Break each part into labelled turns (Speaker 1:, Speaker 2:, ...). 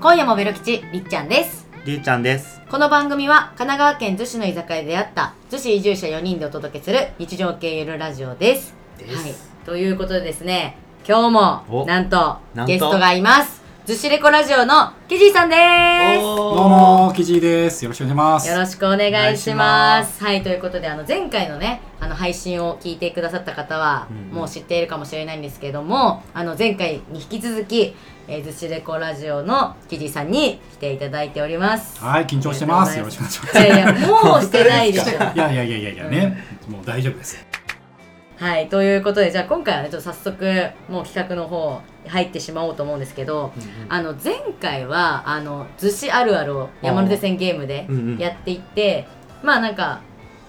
Speaker 1: 今夜もベロ吉りっちゃんです
Speaker 2: りゅうちゃんです。
Speaker 1: この番組は神奈川県逗子の居酒屋で出会った逗子移住者4人でお届けする日常系ゆるラジオです
Speaker 2: です
Speaker 1: はい、ということでですね今日も
Speaker 2: お
Speaker 1: なんと
Speaker 2: なんと
Speaker 1: ゲストがいます逗子レコラジオのケジーさんです
Speaker 2: ど
Speaker 3: どうも、キジーです。よろしくお願いします。
Speaker 1: よろしくお願
Speaker 2: お願
Speaker 1: い
Speaker 2: い
Speaker 1: し
Speaker 2: し
Speaker 1: ま。
Speaker 2: ます
Speaker 1: はい、ということで、あの、前回のね、あの、配信を聞いてくださった方は、
Speaker 2: うん
Speaker 1: もう知っているかもしれないんですけれども、あの、前回に引き続き、えー、ずしレコラジオのキジさんに来ていただいております。
Speaker 3: はい、緊張してます。
Speaker 1: あり
Speaker 3: よ
Speaker 1: が
Speaker 3: ろ
Speaker 1: と
Speaker 3: し
Speaker 1: う
Speaker 3: くお願い
Speaker 1: いや
Speaker 3: しま
Speaker 1: いや、もうしてないでし ょ。
Speaker 3: す。いやいやいやいやいやね、もう大丈夫です。
Speaker 1: はい、ということで、じゃあ今回はね、ちょっと早速、もう企画の方、入ってしまおうと思うんですけど、あの前回はあの逗子あるあるを山手線ゲームで
Speaker 2: うんうん
Speaker 1: やっていって、まあなんか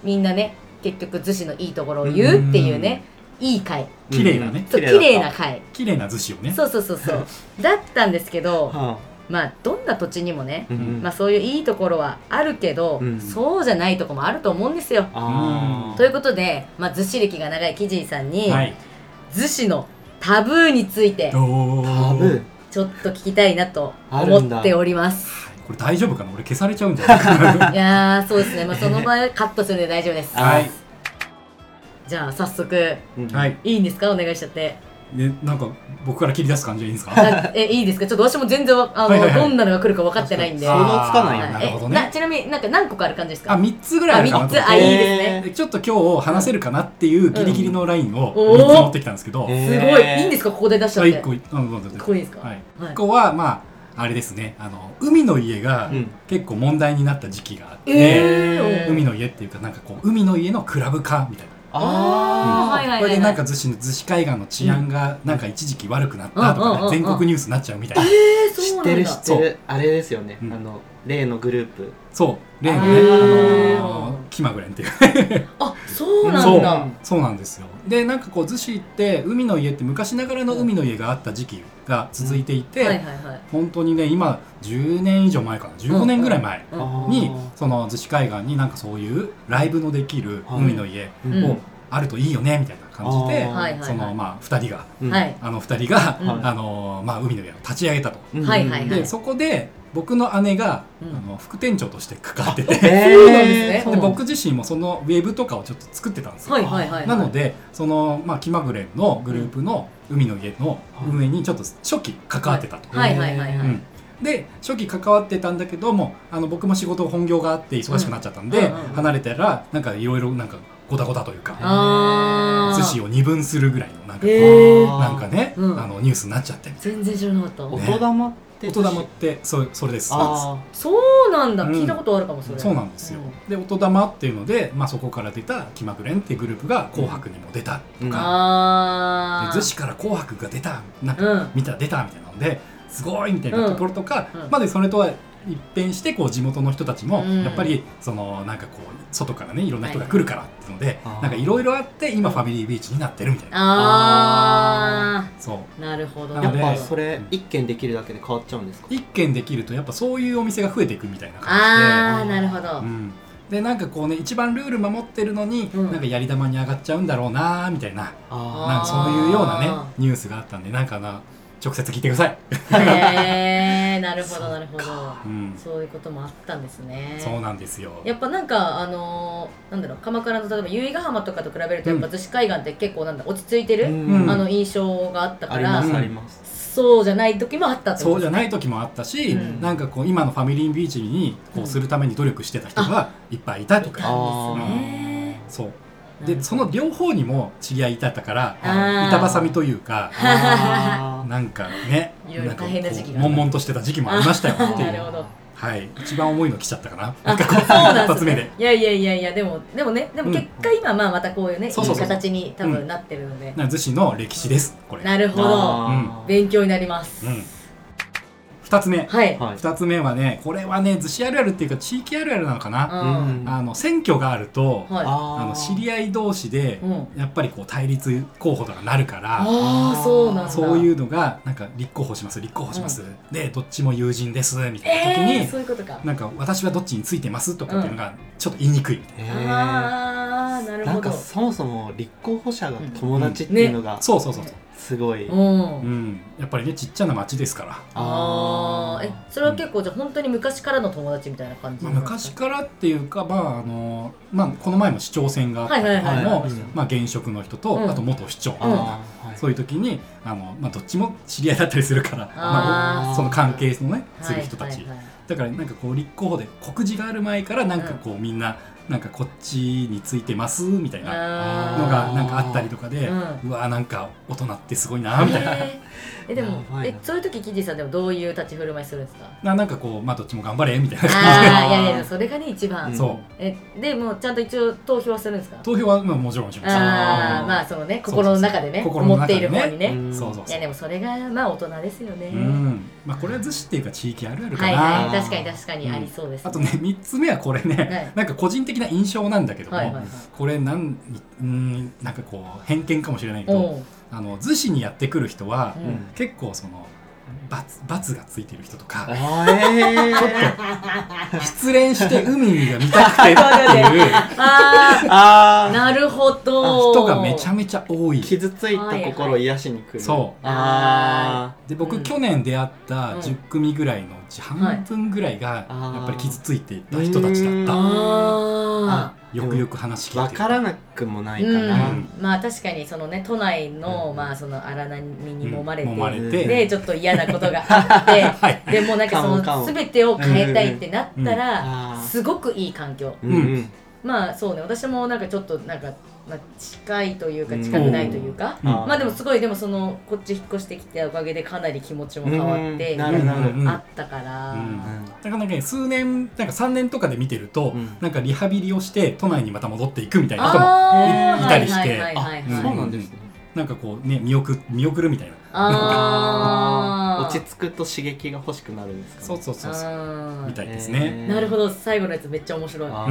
Speaker 1: みんなね結局逗子のいいところを言うっていうね、いい回
Speaker 3: 綺麗なね
Speaker 1: そう綺麗な回
Speaker 3: 綺麗な寿司をね。
Speaker 1: そうそうそうそう だったんですけど、
Speaker 2: は
Speaker 1: まあどんな土地にもね、
Speaker 2: うんうん
Speaker 1: まあ、そういういいところはあるけど、
Speaker 2: うん
Speaker 1: そうじゃないとこもあると思うんですよ。
Speaker 2: あー
Speaker 1: ということで、まあ、逗子歴が長いキジーさんに、
Speaker 3: はい。
Speaker 1: 逗子のタブーについて
Speaker 3: どう
Speaker 2: タブー
Speaker 1: ちょっと聞きたいなと
Speaker 2: あるん
Speaker 1: 思
Speaker 2: だ
Speaker 1: っております。
Speaker 3: これ大丈夫かな俺消されちゃうんじゃない
Speaker 1: いやーそうですね、まあ、その場合カットするんで大丈夫です
Speaker 2: あ
Speaker 3: はい。
Speaker 1: じゃあ早速
Speaker 2: うん
Speaker 3: はい。
Speaker 1: いいんですかお願いしちゃって
Speaker 3: で、なんか僕から切り出す感じでいいんですか
Speaker 1: あえいいですかちょっと私も全然わあの、
Speaker 3: はいはいはい
Speaker 1: どんなのが来るか分かってないんで
Speaker 2: 想像つかないよ
Speaker 1: は
Speaker 2: ね
Speaker 1: い
Speaker 3: なるほど
Speaker 1: えな
Speaker 3: ね。
Speaker 1: ちなみになんか何個かある感じですか
Speaker 3: あ、3つぐらいあるかなと思
Speaker 1: あ三
Speaker 3: っ
Speaker 1: つあいい
Speaker 3: て。
Speaker 1: ですね
Speaker 2: え
Speaker 3: でちょっと今日話せるかなっていうギリギリのラインを
Speaker 1: うん
Speaker 3: 3つ持ってきたんですけど、
Speaker 2: おー
Speaker 1: すごい、
Speaker 2: えー
Speaker 1: いいんですかここで出しちゃっ
Speaker 3: あ
Speaker 1: て
Speaker 3: 一個い、うん、どうぞどう
Speaker 1: こ
Speaker 3: ぞ。
Speaker 1: こいいですか、
Speaker 3: はい。
Speaker 1: はい
Speaker 3: 一個は、まあ、あれですね。あの、海の家が
Speaker 2: うん
Speaker 3: 結構問題になった時期があって、
Speaker 1: え
Speaker 2: ね
Speaker 1: ー、
Speaker 3: 海の家っていうかなんかこう海の家のクラブ化みたいな。
Speaker 1: あー、はいはいはい、
Speaker 3: こ
Speaker 1: はい、
Speaker 3: れでなんか逗子の逗子海岸の治安がなんか一時期悪くなったと
Speaker 1: うんうんうん
Speaker 3: か
Speaker 1: うん
Speaker 3: ね全国ニュースになっちゃうみたいな
Speaker 1: えー、
Speaker 2: 知
Speaker 1: そう
Speaker 2: っ
Speaker 1: な
Speaker 2: て
Speaker 1: ん
Speaker 2: る
Speaker 1: だ
Speaker 2: 知ってるあれですよねあ
Speaker 3: うん
Speaker 2: の例のグループ
Speaker 3: そう例の
Speaker 1: へ
Speaker 3: ね
Speaker 1: ー
Speaker 3: あのーキマグレンっていう
Speaker 1: あそうなんだ
Speaker 3: そうそうなんですよでなんかこう逗子って海の家って昔ながらの海の家があった時期が続いていて、
Speaker 1: はいはいはい
Speaker 3: 本当にね今10年以上前かな15年ぐらい前
Speaker 1: うん
Speaker 2: あー
Speaker 3: にその逗子海岸になんかそういうライブのできる海の家
Speaker 1: う
Speaker 2: う
Speaker 1: ん
Speaker 3: をあるといいよねみたいな感じで
Speaker 2: あー
Speaker 1: はいはいはい
Speaker 3: そのまあ2人が
Speaker 2: うん
Speaker 1: はい
Speaker 3: あの2人が、
Speaker 1: うん
Speaker 3: あのまあ、海の家を立ち上げたと。
Speaker 2: うん
Speaker 1: はいはいは
Speaker 3: で
Speaker 1: い
Speaker 3: そこで僕の姉が、
Speaker 1: うん
Speaker 3: あの副店長として関わってて
Speaker 2: え ー
Speaker 1: そうなんですね
Speaker 2: そう
Speaker 3: で
Speaker 2: なん
Speaker 3: 僕自身もそのウェブとかをちょっと作ってたんですよ。
Speaker 1: はいはいはい
Speaker 3: なのでその、まあ、気まぐれのグループの海の家の運営にちょっと初期関わってたと。
Speaker 1: はいはいはいはい、
Speaker 3: うんで初期関わってたんだけどもあの僕も仕事本業があって忙しくなっちゃったんで、
Speaker 1: うんうんうん
Speaker 3: 離れたらなんかいろいろなんかごたごたというか
Speaker 1: あー
Speaker 3: 寿司を二分するぐらいのなんか,、
Speaker 1: へー
Speaker 3: なんかね、
Speaker 1: うん
Speaker 3: あのニュースになっちゃって
Speaker 1: 全然知らなかった、
Speaker 2: 音玉って
Speaker 3: 音玉ってそそれです
Speaker 2: あ
Speaker 1: そうなんだ、
Speaker 3: うん
Speaker 1: 聞いたことあるかもそれ
Speaker 3: そうなんですよ、で音玉っていうので、まあ、そこから出た「きまぐれん」っていうグループが「紅白」にも出たとか
Speaker 1: あ
Speaker 3: 「で
Speaker 1: あ
Speaker 3: 逗子から紅白」が出たなんか
Speaker 1: うん
Speaker 3: 見た出たみたいなのですごいみたいなところとか、
Speaker 1: うんうん
Speaker 3: まあでそれとは一変してこう地元の人たちも
Speaker 1: うん
Speaker 3: やっぱりそのなんかこう外からねいろんな人が来るからっていうので、
Speaker 2: はい
Speaker 3: なんかいろいろあって今ファミリービーチになってるみたいな
Speaker 1: あ
Speaker 3: そ
Speaker 1: ー
Speaker 3: う
Speaker 1: なるほど
Speaker 3: な
Speaker 2: や
Speaker 3: の
Speaker 2: っ
Speaker 3: で
Speaker 2: ぱそれ一件できるだけで変わっちゃうんですか
Speaker 3: 一軒できるとやっぱそういうお店が増えていくみたいな感
Speaker 1: あーなるほど、
Speaker 3: じで、うん、でなんかこうね一番ルール守ってるのに、
Speaker 1: うん
Speaker 3: なんかやり玉に上がっちゃうんだろうなーみたいな
Speaker 1: あー
Speaker 3: なんかそういうようなね
Speaker 1: あ
Speaker 3: ニュースがあったんでなんかな直接聞いてください、
Speaker 1: へえなるほどなるほど
Speaker 3: うん、
Speaker 1: そういうこともあったんですね
Speaker 3: そうなんですよ
Speaker 1: やっぱなんかあのーなんだろう鎌倉の例えば由比ヶ浜とかと比べるとやっぱ
Speaker 3: う
Speaker 1: 逗子海岸って結構なんだ落ち着いてる、
Speaker 2: うん
Speaker 1: あの印象があった
Speaker 2: あ
Speaker 1: か
Speaker 2: り
Speaker 1: ら、
Speaker 2: ますあります
Speaker 1: そうじゃない時もあったって
Speaker 3: そうじ
Speaker 1: ゃ
Speaker 3: ゃない時もあったし、
Speaker 1: うん
Speaker 3: なんかこう今のファミリービーチにこうするために努力してた人がいっぱいいたとか、
Speaker 1: なんですね
Speaker 3: そう
Speaker 1: なるほ
Speaker 3: で
Speaker 1: ど
Speaker 3: その両方にも知り合いいたから
Speaker 1: あー
Speaker 3: 板挟みというか
Speaker 2: あー
Speaker 3: なんかね
Speaker 1: いろいろ
Speaker 3: んか
Speaker 1: 大変な時期があった
Speaker 3: 悶々としてた時期もありましたよ
Speaker 1: あー
Speaker 3: ってい
Speaker 1: なる
Speaker 3: う
Speaker 1: ほど
Speaker 3: はい一番重いの来ちゃったかななんかこう
Speaker 1: そうなん
Speaker 3: 一
Speaker 1: です
Speaker 3: 発目
Speaker 1: ねい
Speaker 3: で。
Speaker 1: やいやいやいやでもでもねでも結果今まあまたこういうね、
Speaker 3: そうそうそう
Speaker 1: いい形に多分なってるので、
Speaker 3: なんか逗子の歴史ですこれ
Speaker 1: なるほど
Speaker 2: あー
Speaker 1: 勉強になります、
Speaker 3: うん、2つ目
Speaker 1: はい、
Speaker 2: はい
Speaker 3: 2つ目はねこれはね逗子あるあるっていうか地域あるあるなのかな、
Speaker 1: うん
Speaker 2: うん
Speaker 3: あの選挙があると、
Speaker 1: はい
Speaker 3: あ
Speaker 2: あ
Speaker 3: の
Speaker 2: 合
Speaker 3: 知
Speaker 2: い
Speaker 3: り合い同士で
Speaker 1: うん
Speaker 3: やっぱりこう対立候補とかなるか
Speaker 1: あ
Speaker 3: ら
Speaker 1: あそうなんだ
Speaker 3: そういううのがなんか立候補します立候補します、でどっちも友人ですみたいな時に
Speaker 1: え、ー、そういうことか
Speaker 3: なんか私はどっちについてますとかっていうのがちょっと言いにくいみたい
Speaker 1: ああなるる
Speaker 2: な
Speaker 1: ほ
Speaker 2: ん
Speaker 1: ど
Speaker 2: かそもそも立候補者が友達っていうのが
Speaker 3: そうそうそうそう、
Speaker 2: すごい、
Speaker 1: うん
Speaker 3: うん、やっぱりねちっちゃな町ですから、
Speaker 1: あーえ
Speaker 2: ー
Speaker 1: それは結構じゃあ本当に昔からの友達みたいな感じ
Speaker 3: ま
Speaker 1: なん
Speaker 3: あ、
Speaker 1: ですか
Speaker 3: 昔からっていうか、まああのまあ、この前も市長選があった
Speaker 1: はい
Speaker 3: 時
Speaker 1: はいはい
Speaker 3: も
Speaker 2: はい
Speaker 3: まあ、現職の人と、
Speaker 1: うん
Speaker 3: あと元市長、
Speaker 2: あーはい
Speaker 3: そういう時にあの、まあ、どっちも知り合いだったりするからま
Speaker 1: あ
Speaker 3: あ、
Speaker 2: ー
Speaker 3: その関係のねする人たち、
Speaker 1: はいはいはい
Speaker 3: だからなんかこう立候補で告示がある前からなんかこうみんななんかこっちについてますみたいな
Speaker 1: あー
Speaker 3: のがなんかあったりとかで、
Speaker 1: う
Speaker 3: うわーなんか大人ってすごいなみたい
Speaker 1: へ
Speaker 3: な。
Speaker 1: ーえでも
Speaker 2: やばい
Speaker 1: え
Speaker 2: な
Speaker 1: そういう時キディさんでもどういう立ち振る舞いするん ですか
Speaker 3: ななんかこうまあどっちも頑張れみたいな感
Speaker 1: ああいやいやそれがね一番、
Speaker 3: じ
Speaker 2: ー
Speaker 3: そう
Speaker 1: えでもうちゃんと一応投票はするんですか
Speaker 3: 投票はまあもちろんします
Speaker 1: ああ
Speaker 2: ー
Speaker 1: まあそのね
Speaker 3: そうそうそう
Speaker 1: 心の中でね
Speaker 3: 心の
Speaker 1: 思っ
Speaker 3: 中
Speaker 1: て
Speaker 3: で
Speaker 1: いる方にね、
Speaker 2: うん
Speaker 3: そうそう
Speaker 1: い
Speaker 3: そ
Speaker 1: や
Speaker 3: う
Speaker 1: でもそれがまあ大人ですよね、
Speaker 3: うんまあこれは逗子っていうか地域あるあるか
Speaker 1: はい
Speaker 3: な、
Speaker 1: はい
Speaker 2: あー
Speaker 1: 確かに確かにありそうです、
Speaker 3: あとね3つ目はこれね、
Speaker 1: はい
Speaker 3: なんか個人的な印象なんだけども、
Speaker 1: はいはいはい
Speaker 3: これなんうんなんかこう偏見かもしれないけ
Speaker 1: お
Speaker 3: ど
Speaker 1: う
Speaker 3: あの逗子にやってくる人は、
Speaker 1: うん
Speaker 2: うん
Speaker 3: 結構その罰罰がついてる人とか
Speaker 2: あーえー、
Speaker 3: 失恋して海が見たくて っていう
Speaker 1: ああ
Speaker 2: あー
Speaker 1: なるほど
Speaker 3: 人がめちゃ
Speaker 1: めち
Speaker 3: めちゃ多い。
Speaker 2: 傷ついた心を癒しに来る、
Speaker 3: そう
Speaker 2: あ
Speaker 3: で
Speaker 1: う
Speaker 3: 僕
Speaker 1: ん
Speaker 3: 去年出会った
Speaker 1: うん
Speaker 3: 10組ぐらいのうち半分ぐらいが
Speaker 2: あー
Speaker 3: やっぱり傷ついていた人たちだった
Speaker 2: う
Speaker 1: あ
Speaker 2: ー
Speaker 3: よくよく話聞い
Speaker 2: わ
Speaker 3: て
Speaker 2: からなくもな
Speaker 1: あ
Speaker 2: いかな、
Speaker 1: うんまあ確かにそのね都内の、
Speaker 2: うん
Speaker 1: まあその荒波に
Speaker 3: うん
Speaker 1: 揉まれて、
Speaker 3: 揉まれ
Speaker 2: て
Speaker 1: でちょっと嫌なことがあって
Speaker 3: はい
Speaker 1: でもうなんかそ
Speaker 2: かもか
Speaker 1: の
Speaker 2: も
Speaker 1: 全てを変えたいってなった
Speaker 2: うんうん
Speaker 1: ら
Speaker 2: あー
Speaker 1: すごくいい環境
Speaker 2: うんうん
Speaker 1: まあそうね私もなんかちょっとなんか、まあ、近いというか近くないというか
Speaker 3: うん
Speaker 2: あー
Speaker 1: まあでもすごいでもそのこっち引っ越してきたおかげでかなり気持ちも変わって
Speaker 2: うんなるなる
Speaker 3: うんうん
Speaker 1: あったから、
Speaker 3: うんだからなんかね数年なんか3年とかで見てると、
Speaker 2: うん
Speaker 3: なんかリハビリをして都内にまた戻っていくみたいな人も
Speaker 1: あー
Speaker 3: いたりして
Speaker 1: はいはいはい
Speaker 2: あそう
Speaker 1: はい
Speaker 2: なんですね、
Speaker 3: なんかこうね見送見送るみたいな
Speaker 1: あー
Speaker 2: 落ち着くと刺激が欲しくなるんですかね、
Speaker 3: そうそうそうそう
Speaker 1: あー
Speaker 3: みたいですね、
Speaker 1: なるほど最後のやつめっちゃ面白い
Speaker 2: あ
Speaker 1: う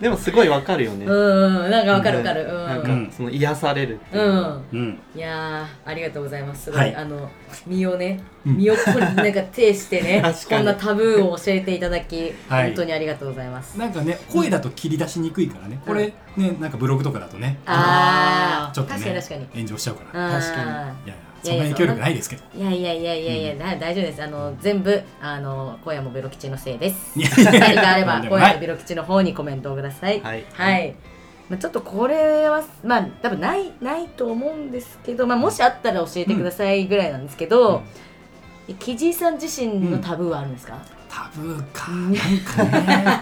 Speaker 2: でもすごいわかるよね、
Speaker 1: んうんなんかわかるわかる
Speaker 2: なん
Speaker 1: う
Speaker 2: か
Speaker 1: ん
Speaker 2: その癒されるっていうう、
Speaker 1: ん
Speaker 3: うん
Speaker 1: いやーありがとうございますすごい、
Speaker 3: はい
Speaker 1: あの身をね
Speaker 3: うん
Speaker 1: 身をこなんか呈して ね
Speaker 2: 確か
Speaker 1: こ
Speaker 2: に
Speaker 1: んなタブーを教えていただき、
Speaker 3: はい
Speaker 1: 本当にありがとうございます
Speaker 3: なんかね声だと切り出しにくいからねこれねなんかブログとかだとね
Speaker 1: あー
Speaker 3: ちょっとね
Speaker 1: 確かに確かに
Speaker 3: 炎上しちゃうから
Speaker 1: あー
Speaker 2: 確か
Speaker 3: いやいやそんな影響力ないですけど
Speaker 1: いやいやいやいやいや、だ大丈夫ですあの全部あの今夜もベロ吉のせい です
Speaker 3: いや
Speaker 1: 何かあれば
Speaker 3: とんでも
Speaker 1: 今
Speaker 3: な
Speaker 1: 夜
Speaker 3: い
Speaker 1: のベロ吉の方にコメントをください
Speaker 2: はい
Speaker 1: まあ、ちょっとこれはまあ多分ないないと思うんですけど、まあ、もしあったら教えてくださいぐらいなんですけど、えキジイさん自身のタブーはあるんですか、
Speaker 3: タブーかなんかね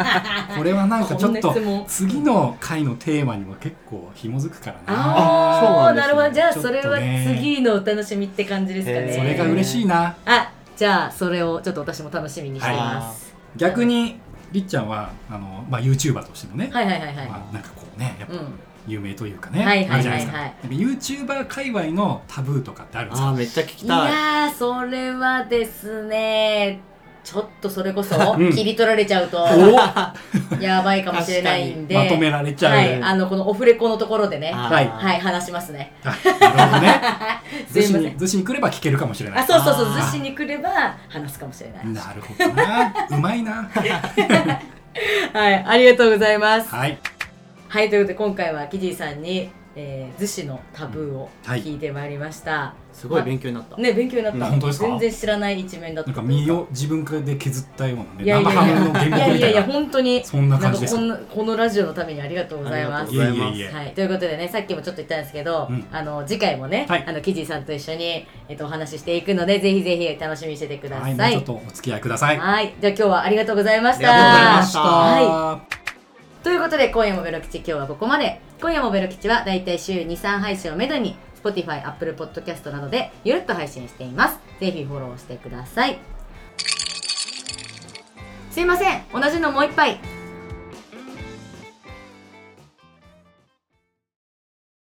Speaker 3: これはなんかちょっ
Speaker 1: こんな
Speaker 3: と
Speaker 1: 質問
Speaker 3: 次の回のテーマにも結構紐づくからな
Speaker 1: あ
Speaker 2: あーそう
Speaker 1: あー
Speaker 2: なんですね
Speaker 1: なるほどじゃあ
Speaker 3: ちょっ
Speaker 1: そ
Speaker 3: と
Speaker 1: れ
Speaker 3: ね
Speaker 1: は次のお楽しみって感じですかね、
Speaker 2: へー
Speaker 3: それが嬉しいな
Speaker 1: あじゃあそれをちょっと私も楽しみにしています、
Speaker 3: 逆にりっちゃんはあの、まあ、YouTuber としてもね、
Speaker 1: はい、はいはいはい
Speaker 3: まあ、なんかこうねやっ
Speaker 1: う
Speaker 3: ぱ
Speaker 1: ん
Speaker 3: 有名というかね、
Speaker 1: はいはいはいはい
Speaker 3: あるじゃないですかなんか YouTuber 界隈のタブーとかってあるんです
Speaker 2: あ
Speaker 3: か
Speaker 2: あめっちゃ聞き
Speaker 1: い
Speaker 2: たい
Speaker 1: やーそれはですねちょっとそれこそ
Speaker 3: うん
Speaker 1: 切り取られちゃうと やばいかもしれないんで
Speaker 3: まとめられちゃう、
Speaker 1: はい、あのこのオフレコのところでね
Speaker 2: あー
Speaker 3: はい
Speaker 1: はい話しますね
Speaker 3: あなるほど ね
Speaker 1: す
Speaker 3: 逗
Speaker 1: いま
Speaker 3: 子
Speaker 1: せ
Speaker 3: に
Speaker 1: ん
Speaker 3: 逗子に来れば聞けるかもしれな
Speaker 1: あ
Speaker 3: い
Speaker 1: そうそうそう
Speaker 2: あー
Speaker 1: 逗子に来れば話すかもしれない
Speaker 3: なるほどなうま いな
Speaker 1: はいありがとうございます
Speaker 3: はい
Speaker 1: はい、ということで今回はキジさんに、えー、逗子のタブーを聞いてまいりました。
Speaker 2: すごい勉強になった、
Speaker 1: ね、勉強になった。
Speaker 2: うん
Speaker 3: 本当ですか
Speaker 1: 全然知らない一面だった
Speaker 3: なん
Speaker 1: と
Speaker 3: か
Speaker 1: いうか。
Speaker 3: 身を自分からで削ったようなね
Speaker 1: いやいやい
Speaker 3: 生
Speaker 1: や
Speaker 3: ハムの原
Speaker 1: いや
Speaker 3: 稿み
Speaker 1: いや
Speaker 3: た
Speaker 1: い
Speaker 3: い
Speaker 1: や
Speaker 3: な
Speaker 1: 本当に
Speaker 3: そんな感じ
Speaker 1: ん
Speaker 3: で
Speaker 1: か
Speaker 3: し
Speaker 1: こ
Speaker 3: た
Speaker 1: んなこのラジオのためにありがとうございます。
Speaker 2: ありがとうございま
Speaker 3: いえいえいえ
Speaker 1: はい、ということでねさっきもちょっと言ったんですけど、
Speaker 3: うん
Speaker 1: あの次回もね、
Speaker 3: はい
Speaker 1: あのキジさんと一緒に、えっとお話ししていくのでぜひぜひ楽しみにしててくださ。
Speaker 3: はいい、もうちょっとお付き合いください。あり
Speaker 1: はいじゃあ今日はありがとうございました。
Speaker 2: ありがとうございました
Speaker 1: はいということで今夜もベロ吉今日はここまで今夜もベロ吉はだいたい週23配信をめどに Spotify、Apple Podcast などでゆるっと配信していますぜひフォローしてくださいすいません同じのもう一杯